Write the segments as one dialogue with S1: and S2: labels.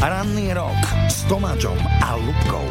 S1: Ranný rok s Tomáčom a Lubkou.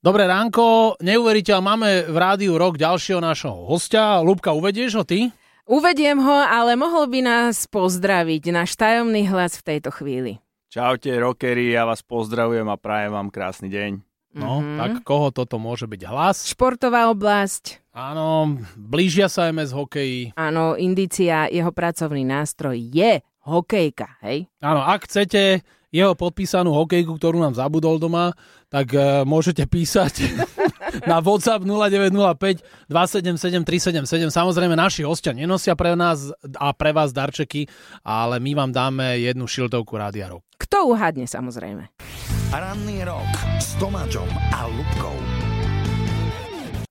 S2: Dobré ránko, neuveriteľ, máme v rádiu rok ďalšieho nášho hostia. Lubka, uvedieš ho ty?
S3: Uvediem ho, ale mohol by nás pozdraviť náš tajomný hlas v tejto chvíli.
S4: Čaute, rockery, ja vás pozdravujem a prajem vám krásny deň.
S2: No,
S3: Mhm.
S2: mm-hmm. tak koho toto môže byť hlas?
S3: Športová oblasť,
S2: Áno, blížia sa MS hokeji.
S3: áno, indícia, jeho pracovný nástroj je hokejka, hej?
S2: Áno, ak chcete jeho podpísanú hokejku, ktorú nám zabudol doma, tak e, môžete písať na WhatsApp 0905 277 377. Samozrejme, naši hostia nenosia pre nás a pre vás darčeky, ale my vám dáme jednu šiltovku Rádia Rok.
S3: Kto uhadne samozrejme?
S1: Ranný rok s Tomáčom a Lubkou.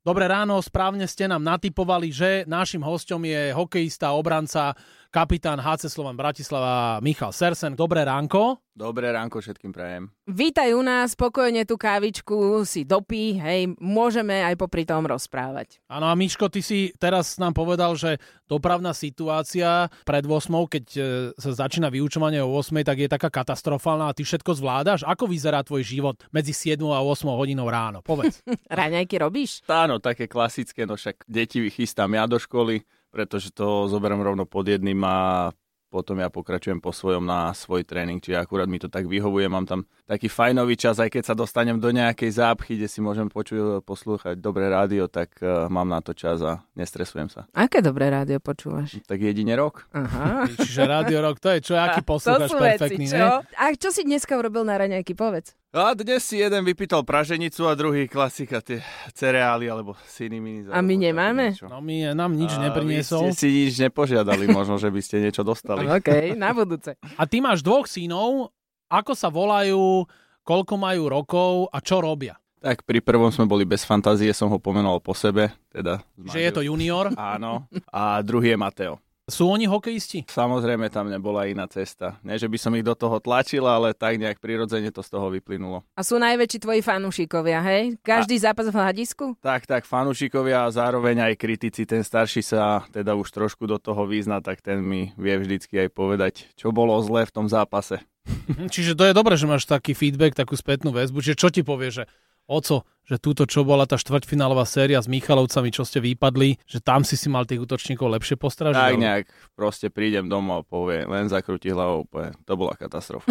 S2: Dobré ráno, správne ste nám natipovali, že našim hosťom je hokejista, obranca, kapitán HC Slovan Bratislava Michal Sersen. Dobré ránko.
S4: Dobré ránko všetkým prajem.
S3: Vítaj u nás, spokojne tú kávičku si dopí, hej, môžeme aj popri tom rozprávať.
S2: Áno a Miško, ty si teraz nám povedal, že dopravná situácia pred 8, keď e, sa začína vyučovanie o 8, tak je taká katastrofálna a ty všetko zvládaš. Ako vyzerá tvoj život medzi 7 a 8 hodinou ráno? Povedz.
S3: Raňajky robíš?
S4: Áno, také klasické, no však deti vychystám ja do školy, pretože to zoberiem rovno pod jedným a potom ja pokračujem po svojom na svoj tréning, čiže akurát mi to tak vyhovuje, mám tam taký fajnový čas, aj keď sa dostanem do nejakej zápchy, kde si môžem počuť, poslúchať dobré rádio, tak eh, mám na to čas a nestresujem sa.
S3: Aké dobré rádio počúvaš?
S4: Tak jedine rok.
S3: Aha.
S2: Čiže Radio Rock, to je čo, aký
S3: To
S2: poslucháč
S3: sú
S2: perfektný,
S3: veci,
S2: ne?
S3: čo? A čo si dneska urobil na raňajky, povedz.
S4: A dnes si jeden vypýtal praženicu a druhý klasika, tie cereály alebo siniminy.
S3: A my nemáme?
S2: No my, nám nič
S4: Vy
S2: nepriniesol.
S4: ste si nič nepožiadali, možno, že by ste niečo dostali.
S3: OK, na budúce.
S2: A ty máš dvoch synov, ako sa volajú, koľko majú rokov a čo robia?
S4: tak pri prvom sme boli bez fantázie, som ho pomenoval po sebe. Teda s
S2: Že je to
S4: manželkou.
S2: junior?
S4: Áno. A druhý je Mateo.
S2: Sú oni hokejisti?
S4: Samozrejme, tam nebola iná cesta. Nie, že by som ich do toho tlačil, ale tak nejak prirodzene to z toho vyplynulo.
S3: A sú najväčší tvoji fanúšikovia, hej? Každý zápas v hľadisku?
S4: Tak, tak, fanúšikovia a zároveň aj kritici, ten starší sa teda už trošku do toho význa, tak ten mi vie vždycky aj povedať, čo bolo zle v tom zápase.
S2: Mhm, Čiže to je dobré, že máš taký feedback, takú spätnú väzbu, že čo ti povie, že oco, že túto čo bola tá štvrťfinálová séria s Michalovcami, čo ste vypadli, že tam si si mal tých útočníkov lepšie postražiť.
S4: Tak
S2: alebo-
S4: nejak proste prídem domov a povie, len zakrúti hlavou, povie, to bola katastrofa.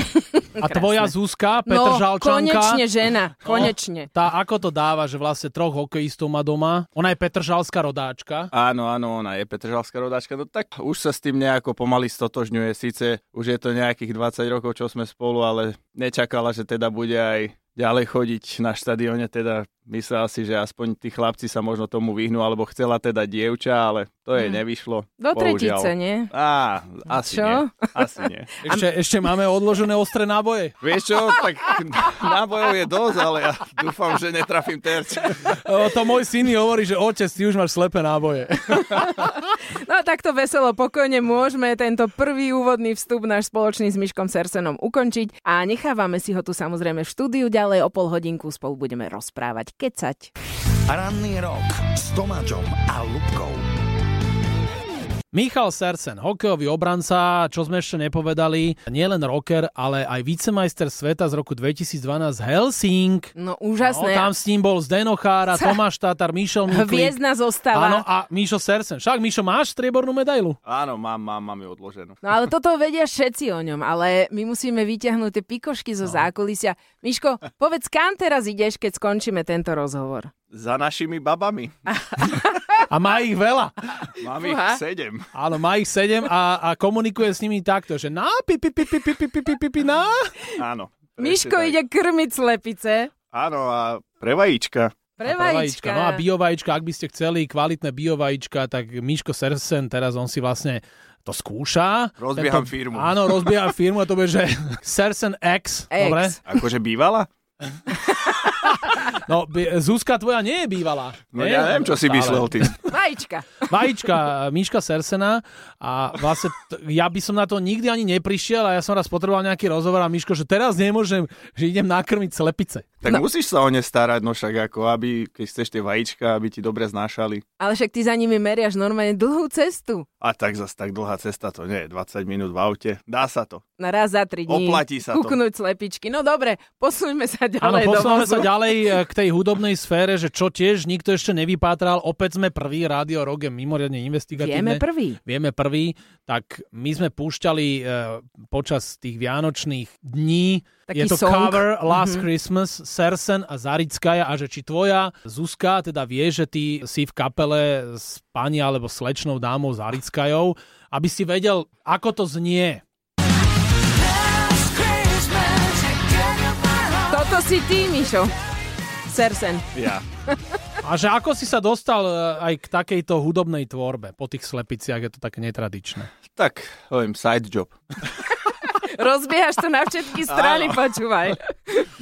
S2: A tvoja
S3: Krásne.
S2: Zuzka, Petr
S3: no,
S2: Žalčanka, No.
S3: konečne žena, konečne.
S2: tá ako to dáva, že vlastne troch hokejistov má doma? Ona je Petržalská rodáčka.
S4: Áno, áno, ona je Petržalská rodáčka, no tak už sa s tým nejako pomaly stotožňuje, síce už je to nejakých 20 rokov, čo sme spolu, ale nečakala, že teda bude aj ďalej chodiť na štadióne, teda myslela si, že aspoň tí chlapci sa možno tomu vyhnú, alebo chcela teda dievča, ale to jej
S3: Mm.
S4: nevyšlo.
S3: Do
S4: bohužiaľ.
S3: tretice, nie?
S4: Á, asi
S3: Čo?
S4: nie. Asi nie.
S2: Ešte, ešte máme odložené ostré náboje.
S4: Vieš čo, tak nábojov je dosť, ale ja dúfam, že netrafím terč.
S2: O, to môj syn mi hovorí, že otec, ty už máš slepé náboje.
S3: No takto veselo, pokojne môžeme tento prvý úvodný vstup náš spoločný s Miškom Sersenom ukončiť a nechávame si ho tu samozrejme v štúdiu ďalej o pol hodinku spolu budeme rozprávať, kecať.
S1: Ranný rok s Tomáčom a Lubkou.
S2: Michal Sersen, hokejový obranca, čo sme ešte nepovedali, nielen rocker, ale aj vicemajster sveta z roku 2012 Helsing. No,
S3: No úžasné.
S2: tam s ním bol Zdeno Chára,
S3: Sa-
S2: Tomáš Tatar, Mišel Miklik.
S3: Hviezdna
S2: Áno,
S3: zostava.
S2: a Mišo Sersen. Však, Mišo, máš striebornú medailu?
S4: Áno, mám, mám, mám ju odloženú.
S3: No ale toto vedia všetci o ňom, ale my musíme vyťahnuť tie pikošky zo zákulisia. Miško, povedz, kam teraz ideš, keď skončíme tento rozhovor?
S4: Za našimi babami.
S2: A má ich veľa.
S4: Mám ich
S3: Fúha.
S4: sedem.
S2: Áno, má ich sedem a, a komunikuje s nimi takto, že na, pi, pi, pi, pi, pi, pi, pi, pi, pi, pi, na.
S4: Áno. presne
S3: Miško
S4: tak.
S3: ide krmiť slepice.
S4: Áno, a pre vajíčka.
S3: Pre
S2: Prevajíčka.
S3: vajíčka.
S2: No a biovajíčka, ak by ste chceli kvalitné biovajíčka, tak Miško Sersen teraz on si vlastne to skúša.
S4: Rozbieham firmu.
S2: Áno, rozbieham firmu a to bude, že Sersen X.
S3: X.
S2: Dobre?
S4: Akože bývala?
S2: No, by- Zuzka tvoja nie je bývalá.
S4: No
S2: nie?
S4: ja neviem, čo si
S2: Stále.
S4: myslel ty.
S3: Vajíčka.
S2: Vajíčka, Miška Sersena a vlastne t- ja by som na to nikdy ani neprišiel a ja som raz potreboval nejaký rozhovor a Miško, že teraz nemôžem, že idem nakrmiť slepice.
S4: Tak musíš sa o ne starať, no však ako, aby, keď chceš tie vajíčka, aby ti dobre znášali.
S3: Ale však ty za nimi meriaš normálne dlhú cestu.
S4: A tak zas tak dlhá cesta to nie je, 20 minút v aute. Dá sa to.
S3: Na raz za tri dní.
S4: Oplatí sa to.
S3: Kuknúť slepičky. No dobre, posuňme sa
S2: Áno,
S3: ďalej do
S2: posúvame
S3: vozu.
S2: sa ďalej e, k tej hudobnej sfére, že čo tiež nikto ešte nevypátral. Opäť sme prvý, Rádio Rock je mimoriadne
S3: Vieme
S2: investigatívne.
S3: prvý.
S2: Vieme prvý, tak my sme púšťali e, počas tých vianočných dní
S3: Taký
S2: je to
S3: song. Mhm.
S2: cover Last Christmas, Sersen a Zarickaja a že či tvoja Zuzka teda vie, že ty si v kapele s pani alebo slečnou dámou Zarickajou, aby si vedel, ako to znie.
S3: Toto si ty, Mišo. Sersen.
S4: Ja.
S2: A že ako si sa dostal e, aj k takejto hudobnej tvorbe po tých slepiciach, je to také netradičné.
S4: Tak, hovorím, side job.
S3: Rozbiehaš to na všetky strany, počúvaj.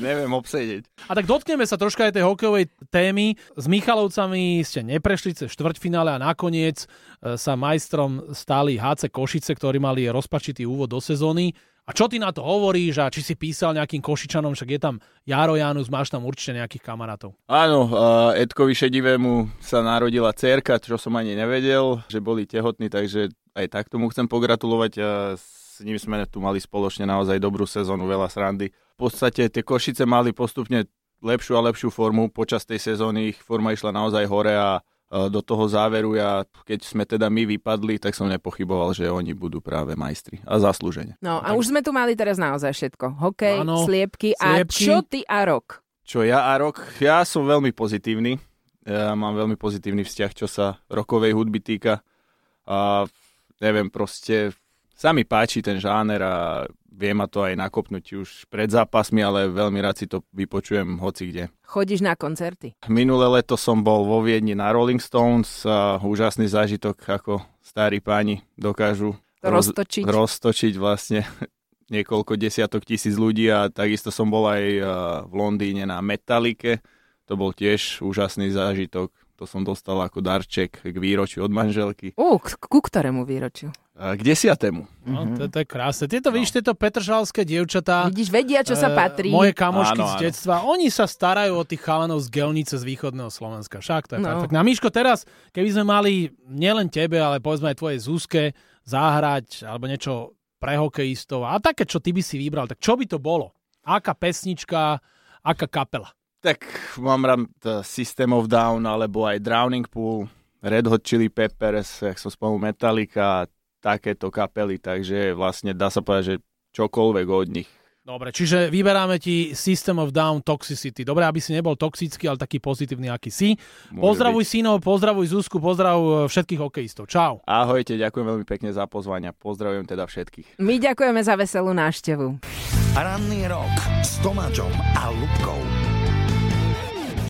S4: Neviem obsedieť.
S2: A tak dotkneme sa troška aj tej hokejovej témy. S Michalovcami ste neprešli cez štvrťfinále a nakoniec e, sa majstrom stali HC Košice, ktorí mali rozpačitý úvod do sezóny. A čo ty na to hovoríš a či si písal nejakým Košičanom, však je tam Jaro Janus, máš tam určite nejakých kamarátov.
S4: Áno, a Edkovi Šedivému sa narodila cerka, čo som ani nevedel, že boli tehotní, takže aj tak tomu chcem pogratulovať. A s ním sme tu mali spoločne naozaj dobrú sezónu, veľa srandy. V podstate tie Košice mali postupne lepšiu a lepšiu formu. Počas tej sezóny ich forma išla naozaj hore a a do toho záveru ja, keď sme teda my vypadli, tak som nepochyboval, že oni budú práve majstri a zaslúžene.
S3: No a už sme tu mali teraz naozaj všetko. Hokej,
S2: No, Áno,
S3: sliepky a
S2: sliepky.
S3: čo ty a rok?
S4: Čo ja a rok? Ja som veľmi pozitívny. Ja mám veľmi pozitívny vzťah, čo sa rokovej hudby týka. A neviem, proste sa mi páči ten žáner a vie ma to aj nakopnúť už pred zápasmi, ale veľmi rád si to vypočujem hoci kde.
S3: Chodíš na koncerty.
S4: Minulé leto som bol vo Viedni na Rolling Stones a úžasný zážitok, ako starí páni dokážu
S3: To roztočiť.
S4: roztočiť vlastne niekoľko desiatok tisíc ľudí a takisto som bol aj eh, v Londýne na Metalike. To bol tiež úžasný zážitok. To som dostal ako darček k výročiu od manželky.
S3: Ú, k- ku ktorému výročiu?
S4: Eh, K desiatému.
S2: No, to, to je krásne. Tieto, no. vidíš, tieto petrzalské dievčatá,
S3: Vidíš, vedia, čo sa
S2: e,
S3: patrí.
S2: Moje kamošky
S4: Áno,
S2: z
S4: áno.
S2: detstva, oni sa starajú o tých chalanov z Gelnice z východného Slovenska. Však to je
S3: No.
S2: no. perfektné. A Miško, teraz, keby sme mali nielen tebe, ale povedzme aj tvojej Zuzke zahrať alebo niečo pre hokejistov a také, čo ty by si vybral, tak čo by to bolo? Aká pesnička, aká kapela?
S4: Tak mám rád eh, System of Down alebo aj Drowning Pool, Red Hot Chili Peppers, jak som spomenul Metallica, takéto kapely, takže vlastne dá sa povedať, že čokoľvek od nich.
S2: Dobre, čiže vyberáme ti System of Down Toxicity. Dobre, aby si nebol toxický, ale taký pozitívny, aký si.
S4: môže
S2: Pozdravuj
S4: byť.
S2: synov, pozdravuj Zuzku, pozdrav e, všetkých hokejistov. Čau.
S4: Ahojte, ďakujem veľmi pekne za pozvania. Pozdravujem teda všetkých.
S3: My ďakujeme za veselú náštevu.
S1: Ranný rok s Tomáčom a Lubkou.